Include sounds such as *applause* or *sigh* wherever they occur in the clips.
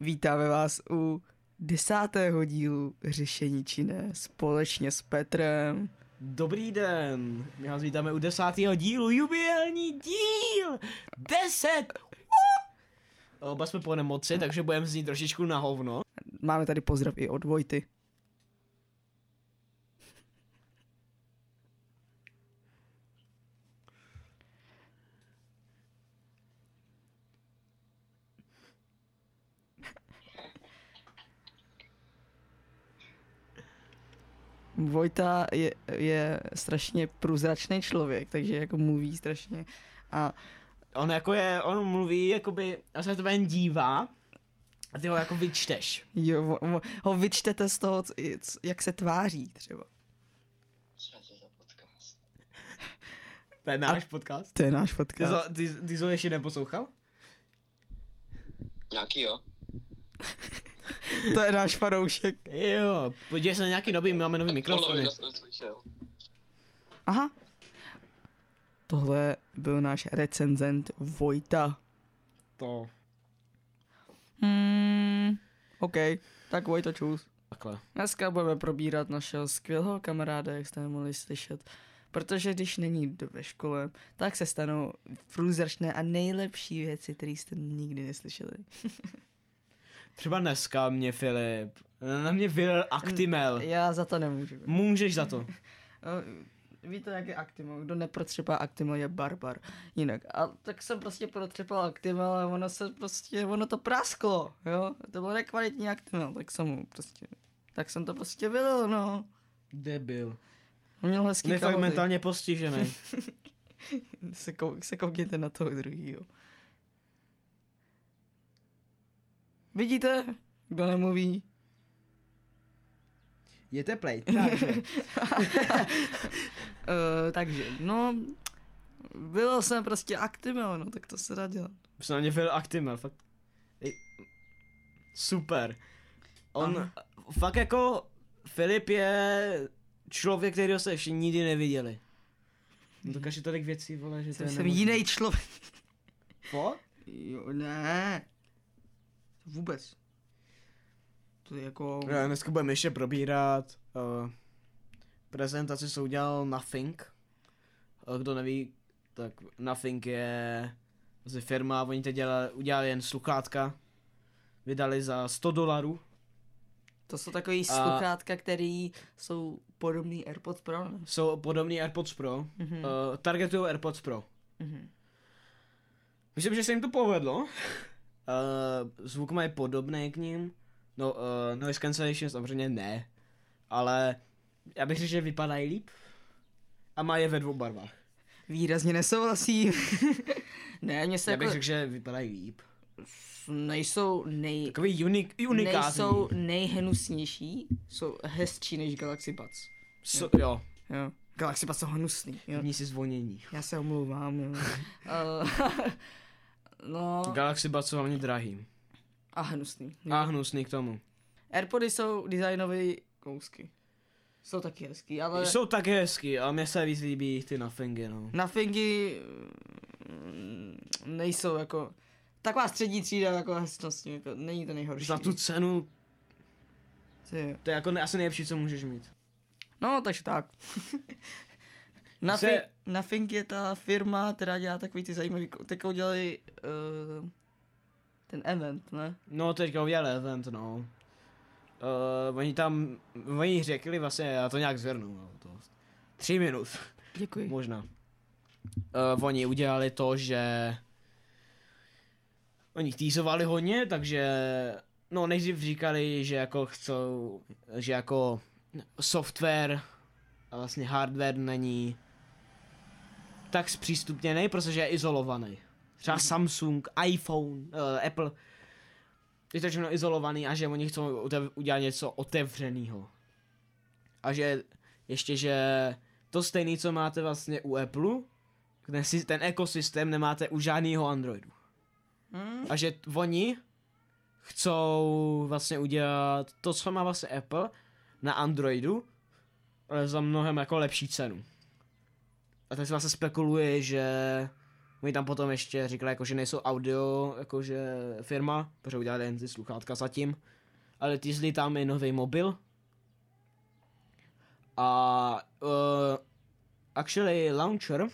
Vítáme vás u desátého dílu Řešení činné společně s Petrem. Dobrý den, my vás vítáme u desátého dílu, jubilní díl! Deset! Uh! Oba jsme po nemoci, takže budeme znít trošičku na hovno. Máme tady pozdrav i od Vojty. Vojta je, je strašně průzračný člověk, takže jako mluví strašně a On jako je, on mluví, jakoby, a se na tebe jen dívá, a ty ho jako vyčteš. jo, vo- vo- ho vyčtete z toho, co- i- co- jak se tváří třeba. Co je to za podcast? To je náš podcast. To je náš Ty, podcast. zo, ty, ty zo ještě neposlouchal? Nějaký jo? To je náš faroušek. Jo, podívej se na nějaký nový, my máme nový mikrofony. Polovinu jsem slyšel. Aha. Tohle byl náš recenzent Vojta. To, Hmm, OK, tak Vojto čus. takhle. Dneska budeme probírat našeho skvělého kamaráda, jak jste mohli slyšet. Protože když není do- ve škole, tak se stanou průzračné a nejlepší věci, které jste nikdy neslyšeli. Třeba dneska mě Filip, na mě vylil Actimel. Já za to nemůžu. Můžeš za to. No, Víte, jak je Actimel? Kdo neprotřepá Actimel, je barbar. Jinak. A tak jsem prostě protřepal Actimel a ono se prostě, ono to prasklo, jo? To bylo nekvalitní Actimel, tak jsem mu prostě, tak jsem to prostě vylil, no. Debil. Měl hezký On je fakt kalhoty. mentálně postižený. se, kou, se koukněte na toho druhýho. Vidíte, kdo *laughs* nemluví? Je teplej, takže. Uh, Eh, takže, no, byl jsem prostě aktivil, no, tak to se dá dělat. *laughs* Už se na mě byl Actimel, fakt. Ej, Super. On, Ano. fakt jako, Filip je člověk, kterého se ještě nikdy neviděli. On dokáže tolik věcí, vole, že Jsem, to je jsem nemožný. jiný člověk. Co? Jo, ne. Vůbec. To je jako... Eh, Dneska budeme ještě probírat uh, prezentaci, co udělal Nothing. Eh, Kdo neví, tak Nothing je z firma, oni teď dělali, udělali jen sluchátka. Vydali za 100 dolarů. To jsou takový sluchátka, který jsou podobný AirPods Pro, ne? Jsou podobný AirPods Pro. Mhm. Uh, targetují AirPods Pro. Mhm. Myslím, že se jim to povedlo. Uh, zvuk mají podobný k ním. No, uh, noise cancellation samozřejmě ne. Ale já bych řekl, že vypadají líp. A má je ve dvou barvách. Výrazně nesouhlasím. ne, mě se Já jako... bych řekl, že vypadají líp. Nejsou nej... Takový unik, unikátní. nejsou nejhnusnější, jsou hezčí než Galaxy Buds. So, jo. Jo. Galaxy Buds jsou hnusný, jo. Jedni si zvonění. Já se omlouvám, *laughs* jo. Eh, *laughs* no Galaxy Buds jsou hlavně drahý. a hnusný. A hnusný k tomu. Airpody jsou designové kousky. Jsou taky hezký, ale jsou... Jsou tak hezky, ale mně se víc líbí ty Nothingy, no. na Fingy mm, nejsou jako... Taková střední třída, taková hezčnost, jako není to nejhorší. Za tu cenu, Ty jo. to je jako ne, asi nejlepší, co můžeš mít. No, takže tak. na, Se- fi- na Fink je ta firma, která dělá takový ty zajímavý, tak udělali uh, ten event, ne? No, teďka udělali event, no. Uh, oni tam, oni řekli vlastně, já to nějak zhrnu, no, to. Tři minut, Děkuji. možná. Uh, oni udělali to, že... Oni týzovali hodně, takže... No, nejdřív říkali, že jako chcou, že jako software a vlastně hardware není tak zpřístupněný, protože je izolovaný. Třeba Samsung, iPhone, uh, Apple, je to všechno izolovaný a že oni chcou otev- udělat něco otevřeného. A že ještě, že to stejný, co máte vlastně u Apple, ten, sy- ten ekosystém nemáte u žádného Androidu. Hmm? A že t- oni chcou vlastně udělat to, co má vlastně Apple na Androidu, ale za mnohem jako lepší cenu. A tak se vlastně spekuluje, že Oni tam potom ještě říkali, jako, že nejsou audio jakože firma, protože udělali jen ty sluchátka zatím. Ale týzli tam i nový mobil. A uh, actually launcher,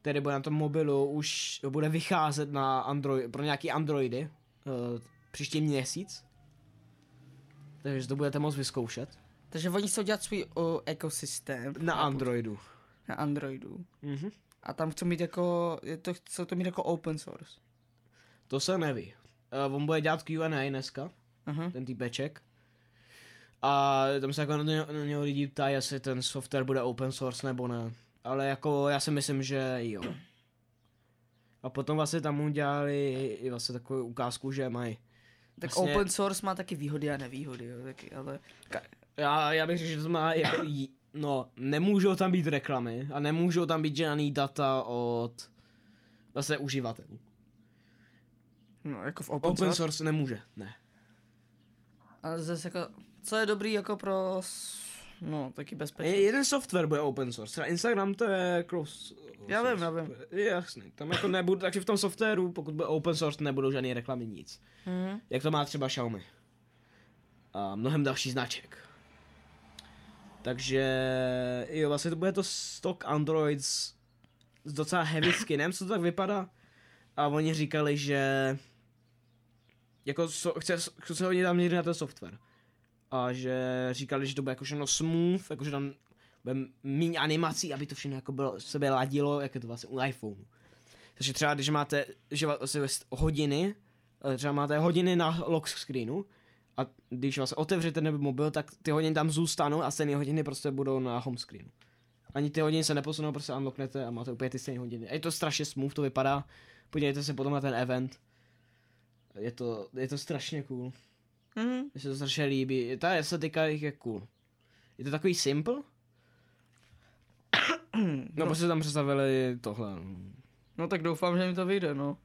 který bude na tom mobilu, už bude vycházet na Android, pro nějaký Androidy uh, příští měsíc. Takže si to budete moct vyzkoušet. Takže oni jsou dělat svůj o, ekosystém. Na Androidu. Na Androidu. Mhm. A tam chcou mít jako, je to, chcou to mít jako open source. To se neví. Uh, on bude dělat Q&A dneska, Aha. ten týpeček. A tam se jako na něho, na něho lidi ptají, jestli ten software bude open source nebo ne. Ale jako já si myslím, že jo. A potom vlastně tam udělali i vlastně takovou ukázku, že mají. Tak Vlastně- open source má taky výhody a nevýhody, jo, taky, ale ka- Já, já bych řekl, že to má jako, jí- no, nemůžou tam být reklamy a nemůžou tam být žádný data od vlastně uživatelů. no, jako v open, Open source. source nemůže, ne. A zase jako, co je dobrý jako pro, s- no, taky bezpečný. Je, jeden software bude open source, třeba Instagram to je cross. Já vím, já vím. Jasný, tam jako nebudu, takže v tom softwaru, pokud bude open source, nebudou žádné reklamy, nic. Mhm. Jak to má třeba Xiaomi. A mnohem další značek. Takže jo, vlastně to bude to stock Android s, s docela heavy skinem, co to tak vypadá. A oni říkali, že jako so, chce, chce se hodně tam někdy na ten software. A že říkali, že to bude jako všechno smooth, jakože tam bude méně animací, aby to všechno jako bylo, sebe ladilo, jak je to vlastně u iPhoneu. Takže třeba když máte že vlastně jest- hodiny, eh, třeba máte hodiny na lock screenu, a když vás otevřete nebo mobil, tak ty hodiny tam zůstanou a stejné hodiny prostě budou na home screenu. Ani ty hodiny se neposunou, prostě unlocknete a máte úplně ty stejné hodiny. A je to strašně smooth, to vypadá. Podívejte se potom na ten event. Je to, je to strašně cool. Mhm. Mně se to strašně líbí. Ta estetika jich je cool. Je to takový simple? No, prostě tam představili tohle. no. No tak doufám, že mi to vyjde, no.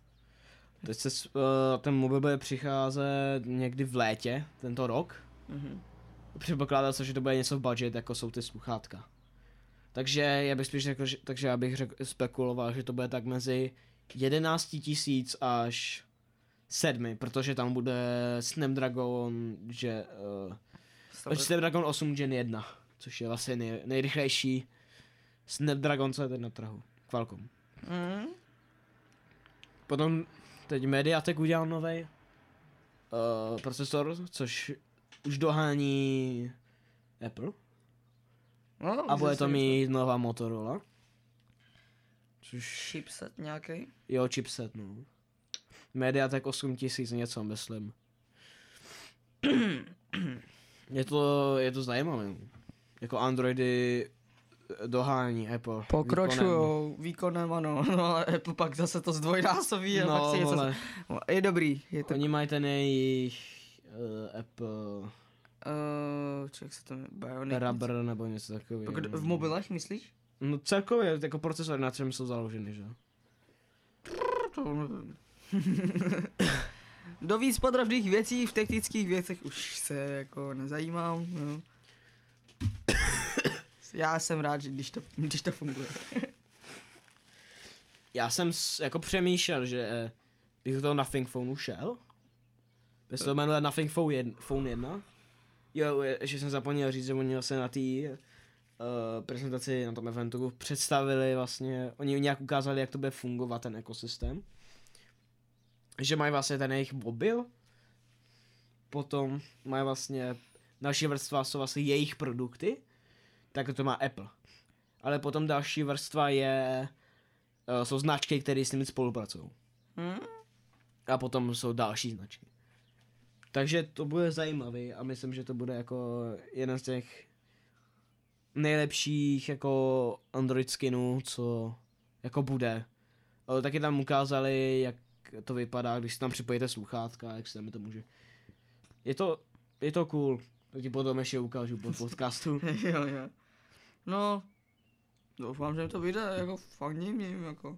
Teď se s- eh, ten mobil bude přicházet někdy v létě, tento rok. Mhm. Předpokládá se, že to bude něco v budget, jako jsou ty sluchátka. Takže já bych spíš řekl, že, takže já bych řekl, spekuloval, že to bude tak mezi 11 tisíc až 7, protože tam bude Snapdragon, že eh, Stavit. Snapdragon 8 Gen 1, což je vlastně nej, nejrychlejší Snapdragon, co je teď na trhu. Qualcomm. Mhm. Potom teď Mediatek udělal nový uh, procesor, což už dohání Apple. No, A bude zase to mít nová Motorola. Což Chipset nějaký. jo, chipset, no. Mediatek 8000 *coughs* něco, myslím. Je to, je to zajímavé. no. Jako Androidy eh, dohání Apple. výkonem. Pokračujou výkonem, ano, *laughs* no ale Apple pak zase to zdvojnásobí a pak si No, něco... vole, Je dobrý, je to... oni mají ten jejich uh, Apple Uh, jak se to jmenuje? Bionic? Rubber nebo něco takového. Pokud- V mobilech myslíš? No celkově, jako procesory, na čem jsou založeny, že? To nevím. Do víc podrobných věcí, v technických věcech už se jako nezajímám, no. Já jsem rád, že když to, když to funguje. Já jsem s, jako přemýšlel, že eh, bych do toho Nothing Phoneu šel. Bez toho jmenuje Nothing Phone 1. Phone 1. Jo, je- že jsem zapomněl říct, že oni vlastně na té uh, prezentaci na tom eventu představili vlastně, oni nějak ukázali, jak to bude fungovat ten ekosystém. Že mají vlastně ten jejich mobil, potom mají vlastně, další vrstva jsou vlastně jejich produkty, tak to má Apple. Ale potom další vrstva je Eh, jsou značky, které s nimi spolupracují. Hm? *laughs* A potom jsou další značky. Takže to bude zajímavý a myslím, že to bude jako jeden z těch nejlepších jako Android skinů, co jako bude. Ale taky tam ukázali, jak to vypadá, když si tam připojíte sluchátka, jak se tam to může. Je to, je to cool. To ti potom ještě ukážu po podcastu. jo, jo. No, doufám, že mi to vyjde, jako fandím jim, jako.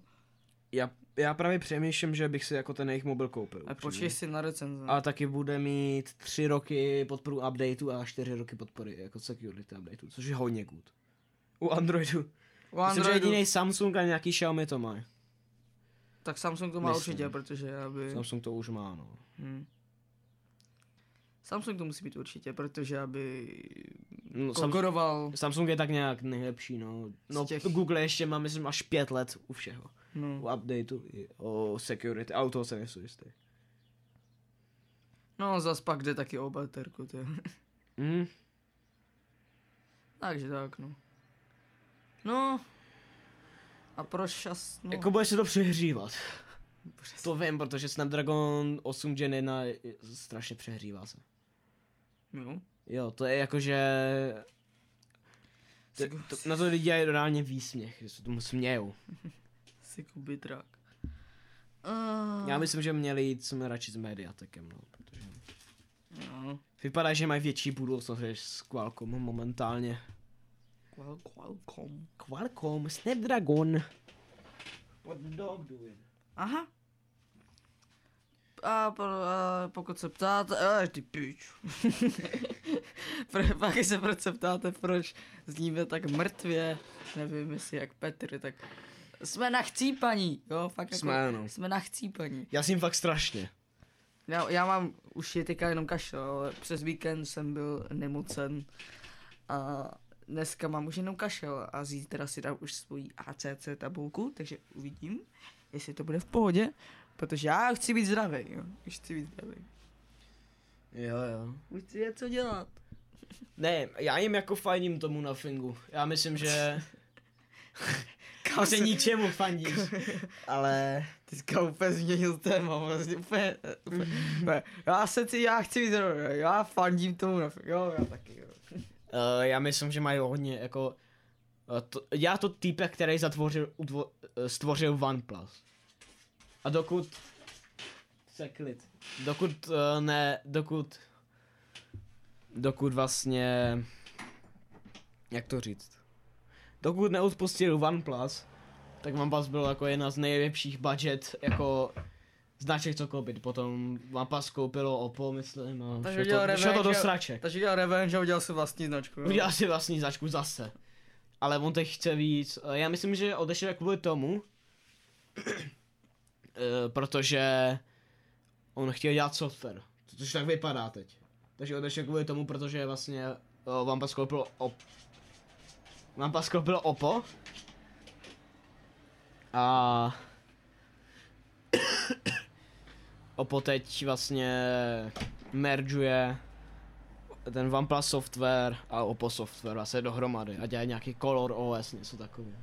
Já, já právě přemýšlím, že bych si jako ten jejich mobil koupil. A počkej si na recenze. A taky bude mít tři roky podporu updateu a čtyři roky podpory jako security updateu, což je hodně good. U U Androidu. *laughs* Myslím, že Androidu, jediný Samsung a nějaký Xiaomi to má. Tak Samsung to má Myslím. určitě, protože aby... Samsung to už má, no. Hm. Samsung to musí být určitě, protože aby no Samsung, konkuroval, Samsung je tak nějak nejlepší, no. No, Z těch- Google ještě má, myslím, až pět let u všeho. no. U updateu, i o security, a u toho se nejsou jistý. No, zas pak jde taky o baterku, to Mm. *laughs* Mhm. Takže tak, no. No. A pro šas, no. Jako bude se to přehřívat. To vím, protože Snapdragon 8 Gen 1 je- strašně přehřívá se. Jo. Jo, to je jako, že... To, Siku- to, na to lidi dělají reálně výsměch, že se tomu smějou. Siku bitrák. Uh, Já myslím, že měli jít jsme radši s Mediatekem, no, protože... No, Vypadá, že mají větší budoucnost než s Qualcomm momentálně. Qual- Qualcomm. Qualcomm, Snapdragon. What dog doing? Aha. A, pro, a pokud se ptáte, a ty pič. *laughs* Pro- Pak se proč se ptáte, proč zníme tak mrtvě, nevím jestli jak Petr, tak jsme na chcípaní, jo, fakt jako, Jsme, no. jsme na chcípaní. Já jsem fakt strašně. Já, já mám už je teďka jenom kašel, ale přes víkend jsem byl nemocen a dneska mám už jenom kašel a zítra si dám už svoji ACC tabulku, takže uvidím, jestli to bude v pohodě, protože já chci být zdravý, jo, už chci být zdravý. Jo, jo. Už chci je co dělat. Ne, já jim jako fandím tomu na fingu. Já myslím, *laughs* že... Kam Prostě ničemu fandíš. Ale... Teďka úplně změnil téma, vlastně úplně, úplně, úplně. Já se chci, já chci být zdravý, jo, já fandím tomu, na- jo, já taky, jo. Uh, já myslím, že mají hodně, jako... Uh, to, já to týpek, který zatvořil, udvo, uh, stvořil OnePlus. A dokud... Se klid. Dokud uh, ne, dokud... Dokud vlastně... Jak to říct? Dokud neodpustil OnePlus, tak OnePlus byl jako jedna z nejlepších budget, jako značek co koupit. Potom OnePlus koupilo Oppo, myslím, a Takže šlo udělal to, šlo to do revenge a- sraček. Takže udělal revenge a udělal si vlastní značku. jo. Udělal si vlastní značku zase. Ale on teď chce víc. Eh, Já myslím, že odešel kvůli tomu, *clears throat* eh, protože on chtěl dělat software, což tak vypadá teď. Takže odešel kvůli tomu, protože vlastně eh, Vampa skoupil op... Vampa skoupil Oppo. A... *coughs* Oppo teď vlastně mergeuje ten OnePlus software a Oppo software vlastně dohromady a dělají nějaký Color OS, něco takového.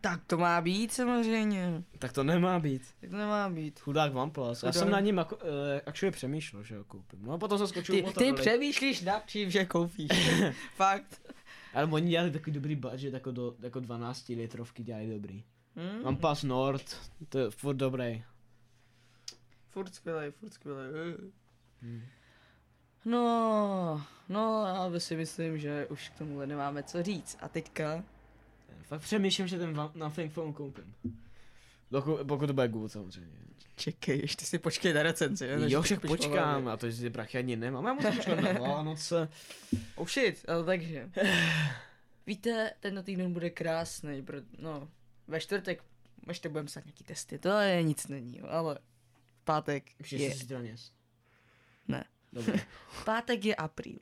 Tak to má být samozřejmě. Tak to nemá být. Tak to nemá být. Chudák OnePlus. Já Chudák. jsem na ním jako, uh, actually přemýšlel, že ho koupím. No a potom jsem skočil Ty, u ty Motorola. přemýšlíš nad tím, že koupíš. *laughs* Fakt. Ale oni dělali takový dobrý budget, jako, do, jako 12 litrovky dělají dobrý. Hm? Mm. OnePlus Nord, to je furt dobrý. Furt skvělej, furt skvělej. eh. No, no já si myslím, že už k tomuhle nemáme co říct. A teďka? Já Fakt přemýšlím, že ten One- Nothing Phone koupím. Doku, pokud to bude Google samozřejmě. Čekej, ještě si počkej na recenzi. jo, než Jo, to však koupíš počkám, povoleně. a to si ty prachy ani nemám. Já musím počkat na Vánoce. Oh shit, ale *sighs* takže. Víte, ten týden bude krásný, pro, no, ve čtvrtek, ve čtvrtek budeme psát nějaký testy, to je nic není, jo, ale v pátek Ještě je, si zítra nic. Ne. Dobře. v pátek je apríl.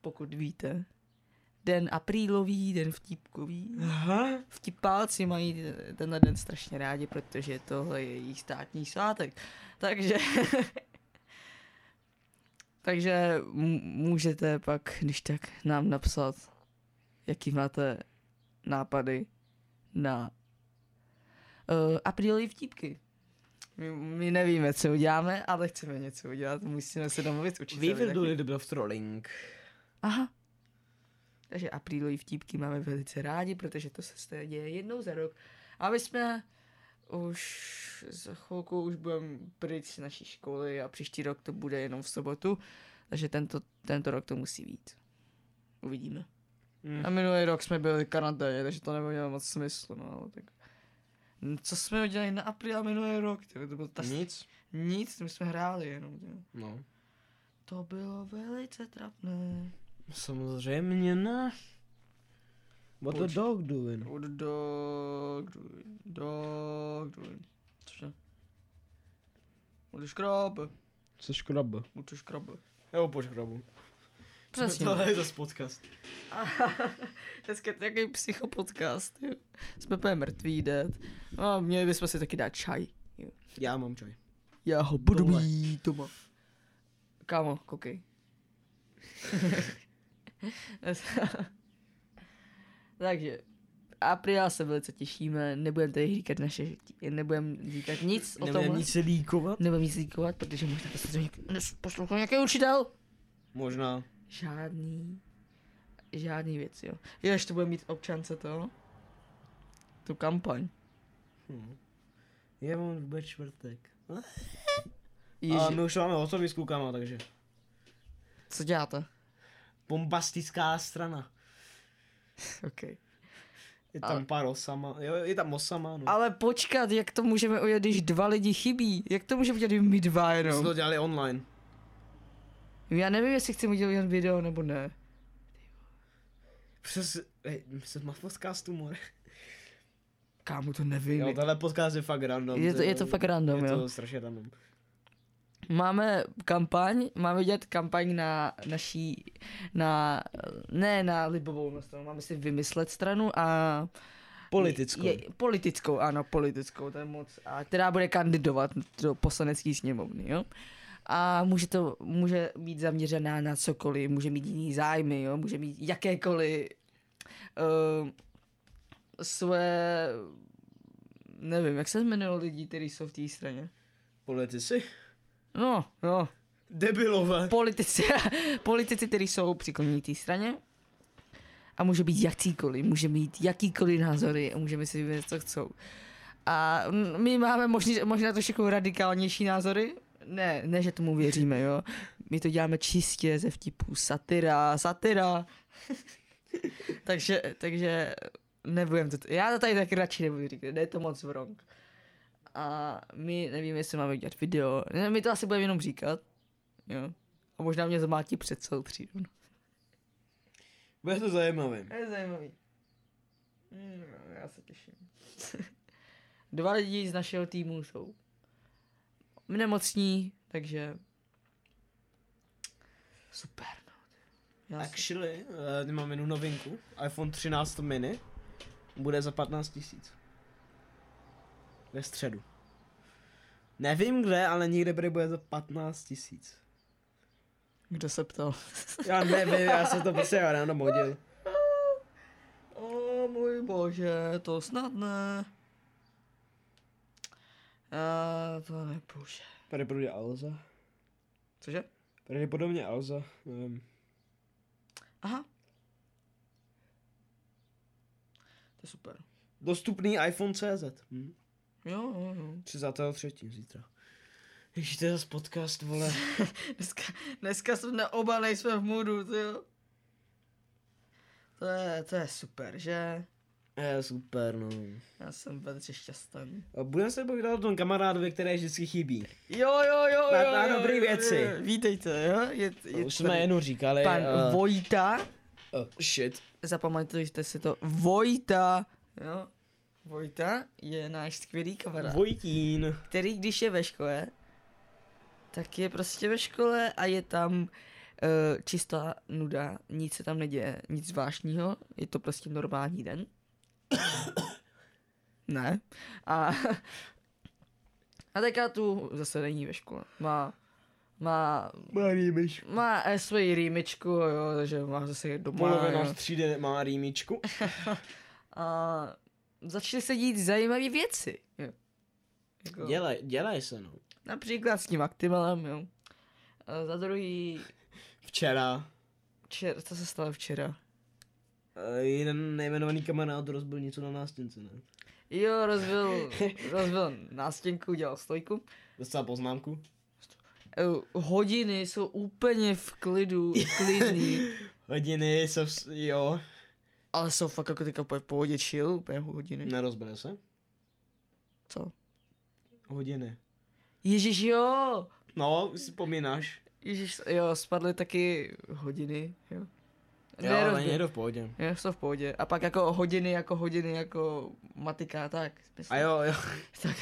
Pokud víte. Den aprílový, den vtipkový. Aha. Vtipálci mají tenhle den strašně rádi, protože tohle je jejich státní svátek. Takže... *laughs* Takže m- můžete pak, když tak, nám napsat, jaký máte nápady na uh, aprílový vtipky. My, my nevíme, co uděláme, ale chceme něco udělat, musíme se domluvit s We učiteli. will taky. do a little bit of trolling. Aha. Takže aprílový vtípky máme velice rádi, protože to se stane- děje jednou za rok. A my jsme už za chvilku už budeme pryč z naší školy a příští rok to bude jenom v sobotu, takže tento, tento rok to musí být. Uvidíme. Mm. A minulý rok jsme byli v Kanadě, takže to nemělo moc smyslu, no ale tak. Co jsme udělali na apríl a minulý rok? Tyjo, to bylo ta... Nic? Nic, my jsme hráli jenom. Tyjo. No. To bylo velice trapné. Samozřejmě ne. What the Pojď. dog doing? Od dog, doing, dog, doing. Cože? Můžeš krabe, Co škrabe? můžeš krabe. Jo, po škrabu. Přesně. je zase podcast. Dneska je to takový psychopodcast, jo. Jsme úplně mrtví, dead. A měli bychom si taky dát čaj. Já mám čaj. Já ho budu Tohle. mít doma. Kámo, koukej. *laughs* Takže, a priori se velice těšíme, nebudeme tady říkat naše, nebudeme říkat nic o Nebudem tom. nic líkovat? Nebudem nic líkovat, protože možná to se poslouchal nějaký učitel. Možná. Žádný, žádný věc, jo. Jež to bude mít v občance to, no. tu kampaň. Je on vůbec čtvrtek. A Ježi, my už máme hotový s klukama, takže. co děláte? Bombastická strana. Okay. Je Ale- tam pár osama, jo, je tam osama, no. Ale počkat, jak to můžeme udělat, když dva lidi chybí? Jak to můžeme udělat, když my dva My jsme jenom? to dělali online. Já nevím, jestli chci udělat jen video nebo ne. Přes, hej, se má podcastu, more. Kámo, to *laughs* nevím. Jo, tenhle podcast je fakt random. Je to- je to fakt random, je jo. Je to strašně random. Máme kampaň, máme dělat kampaň na naší, na, ne na libovou stranu, no, máme si vymyslet stranu a... Politickou. Je, politickou, ano, politickou, to je moc. A která bude kandidovat do poslanecké sněmovny, jo? A může to, může být zaměřená na cokoliv, může mít jiný zájmy, jo? Může mít jakékoliv uh, své, nevím, jak se jmenují lidi, kteří jsou v té straně? Politici? No, no, Debilové. politici, *laughs* politici, kteří jsou přikloněni té straně. A může být jakýkoliv, může mít jakýkoliv názory a můžeme si vymyslet, co chcou. A mm, my máme možný, možná trošku radikálnější názory. Ne, ne, že tomu věříme, jo. My to děláme čistě ze vtipů. Satira, satira. *laughs* takže, takže nebudem to... Já to tady taky radši nebudu říkat, jde to moc wrong. A my nevíme, jestli máme dělat video. Ne, my to asi budeme jenom říkat. Jo. A možná mě zamátí před celou třídu. No. Bude to zajímavé. To je zajímavý. Mm, já se těším. *laughs* Dva lidi z našeho týmu jsou nemocní, takže super. No. Já se... Actually, eh, tady mám jednu novinku. iPhone 13 mini bude za 15 tisíc. Ve středu. Nevím kde, ale někde tady bude za 15 tisíc. Kdo se ptal? Já nevím, já jsem to prostě ráno modil. O můj bože, to snad ne. A Eh, to nepůjde. Tady bude Alza. Cože? Tady je podobně Alza. Nevím. Aha. To je super. Dostupný iPhone CZ. Hm? Jo, jo, jo. 33. zítra. Ježiš, to je zase podcast, vole. Dneska, dneska jsme oba nejsme v moodu, ty jo. To je, to je super, že? Je, super, no. Já jsem velice šťastný. A budeme se povídat o tom kamarádovi, který vždycky chybí. Jo, jo, jo, Na- jo, na jo, dobrý jo, věci. jo, jo. Vítejte, jo? Je, je Už jsme tady jenom říkali. Pan eh, Vojta, Oh, shit. zapamatujte si to, Vojta, jo? Vojta je náš skvělý kamarád, Vojtín. který když je ve škole, tak je prostě ve škole a je tam uh, čistá nuda, nic se tam neděje, nic zvláštního, je to prostě normální den. ne. A, a teďka tu zase není ve škole. Má, má, Marýmiš. má eh, svoji rýmičku, jo, takže má zase jít domů. Polovina z třídy má rýmičku. A začaly se dít zajímavé věci. Jo. Jako- Dělej, dělej se no. Například s tím Actimelem, jo. A za druhý, Včera včer, co se stalo včera? eh, jeden nejmenovaný kamarád rozbil něco na nástěnce, ne? Jo, *laughs* rozbil, rozbil nástěnku, dělal stojku. Dostal poznámku. Eh, Hodiny jsou úplně v *laughs* klidu, klidný, Hodiny se vs... jo. ale jsou fakt jako teďka úplně v pohodě chill, úplně hodiny. Nerozbil se? Co? Hodiny. Ježíš jo, No, si vzpomínáš. ježíš, jo, spadly taky hodiny, jo. Jo, ale rozběh. je to v pohodě. Jo, jsou v pohodě. A pak jako hodiny, jako hodiny, jako matika a tak. A jo, jo. Tak,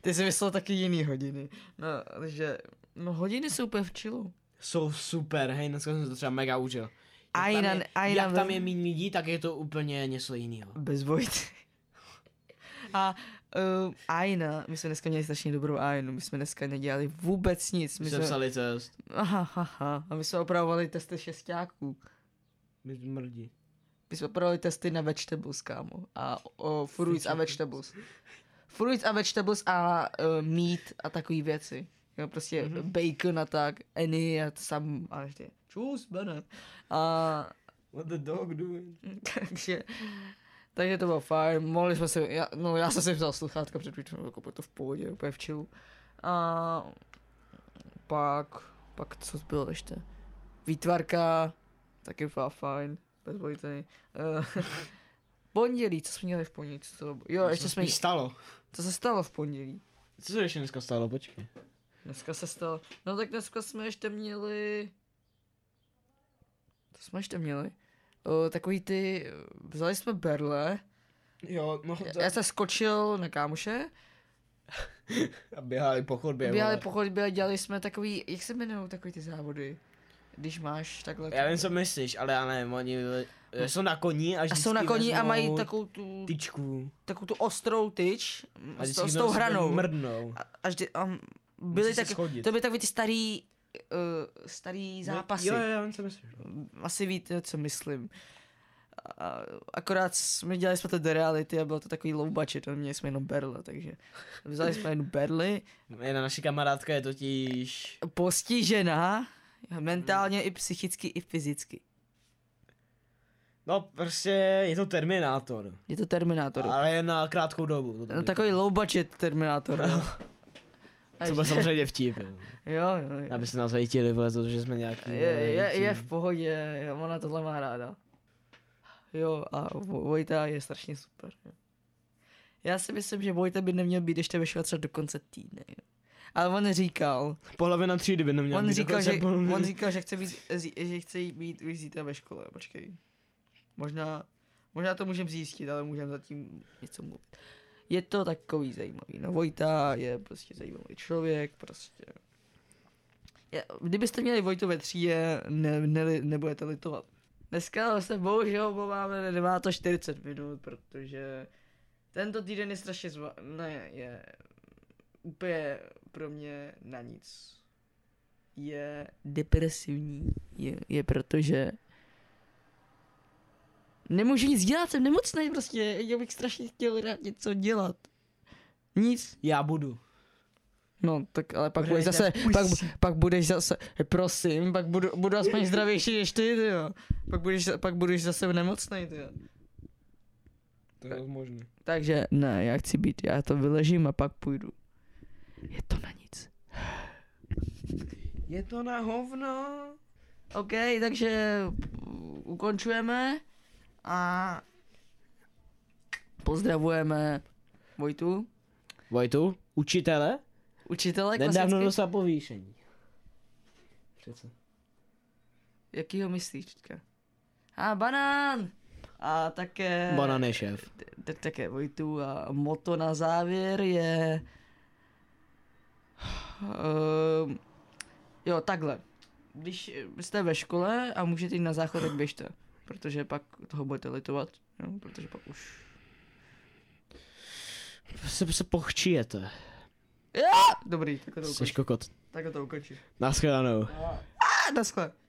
ty jsi myslel taky jiný hodiny. No, takže, no hodiny jsou úplně v chillu. Jsou super, hej, dneska jsem se to třeba mega učil. Jak A jiná- tam je, a jiná jak tam ve- je méně lidí, tak je to úplně něco jiného. Bez Vojty. *laughs* A uh, Aina, my jsme dneska měli strašně dobrou Ainu, my jsme dneska nedělali vůbec nic. My My jsme jsme, psali test. aha, aha, a my jsme opravovali testy šestáků. My jsme mrdí. My jsme opravovali testy na vegetables, kámo. A o, fruits a vegetables. Fruits a vegetables a uh, meat a takové věci. Jo, prostě mm-hmm. bacon a tak, any a sam a ještě čus, banat. A What the dog doing? *laughs* takže, takže to bylo fajn, mohli jsme si, já, no já jsem si vzal sluchátka před píčem, jako bylo to v pohodě, úplně v chillu. A pak, pak co bylo ještě? Výtvarka, taky byla fajn, bez vojteny. Eh, *laughs* pondělí, co jsme měli v pondělí, co to bylo? Jo, ještě jsme, stalo. co se stalo v pondělí? Co se ještě dneska stalo, počkej. Dneska se stalo, no tak dneska jsme ještě měli, co jsme ještě měli? O, takový ty, vzali jsme berle, Jo, no Já- Já jsem skočil na kámoše, A běhali po chodbě. běhali vole. po chodbě a dělali jsme takový, jak se jmenují takový ty závody, když máš takhle. Já vím, co myslíš, ale já nevím, oni eh, jsou na koni a, No. a vždycky jsou na koni a vezmou mají takovou tu, tyčku. takovou tu ostrou tyč s, A vždycky to, s to tou sebe hranou. Mrdnou. A, a vždy, um, byly Musí se tak, shodit. No, to byly takový ty starý, uh, starý zápasy. Jo, jo, já vím, co myslíš. Asi víte, co myslím. A, akorát jsme dělali jsme to do reality a bylo to takový low budget, a měli jsme jenom berle, takže vzali jsme jenom berly no. Jedna naše kamarádka je totiž... postižená mentálně i psychicky, i fyzicky. No, prostě je to Terminátor. Je to Terminátor. Ale jen na krátkou dobu. To No, takový low budget Terminátor. jo. Co byl No. samozřejmě vtip. jo. Jo, jo, jo. Aby se nás hejtili, vole, to, že jsme nějaký... eh, Je, vole, je, hejtí. je v pohodě, jo, ona tohle má ráda. Jo, a Vo- Vojta je strašně super. jo. Já si myslím, že Vojta by neměl být ještě ve Švýcarsku do konce týdne. jo. Ale on říkal, Polovina třídy by neměla on být říkal, že, dokonce polovina. on říkal, že chce být, zí- že chce jít být už zítra ve škole, počkej. Možná, možná to můžeme zjistit, ale můžeme zatím něco mluvit. Je to takový zajímavý, no Vojta je prostě zajímavý člověk, prostě. Je, kdybyste měli Vojtu ve třídě, ne, ne, nebudete litovat. Dneska se bohužel obáváme, nemá to 40 minut, protože tento týden je strašně zva... ne, je úplně pro mě na nic je depresivní, je, je protože nemůžu nic dělat, jsem nemocný prostě, já bych strašně chtěl rád něco dělat. Nic. Já budu. No, tak ale pak Bude budeš jít zase, na pak, pusy. pak budeš zase, eh, prosím, pak budu, budu aspoň zdravější než ty, ty jo. Pak budeš, pak budeš zase nemocný, ty jo. To je možné. Takže ne, já chci být, já to vyležím a pak půjdu. Je to na nic. Je to na hovno. OK, takže u- ukončujeme a pozdravujeme Vojtu, Vojtu, učitele, učitele nedávno klasicky. Dost... dostal povýšení. Přece. Jaký ho myslíš teďka? A banán! A také... Banan je šéf. Tak také Vojtu a moto na závěr je... Ehm, jo, takhle. Když jste ve škole a můžete jít na záchod, tak běžte. Protože pak toho budete litovat. Jo, protože pak už Se, se pochčijete. Dobrý, tak to Jsi ukončí. kokot. Tak to ukončí. Naschledanou. A naschle.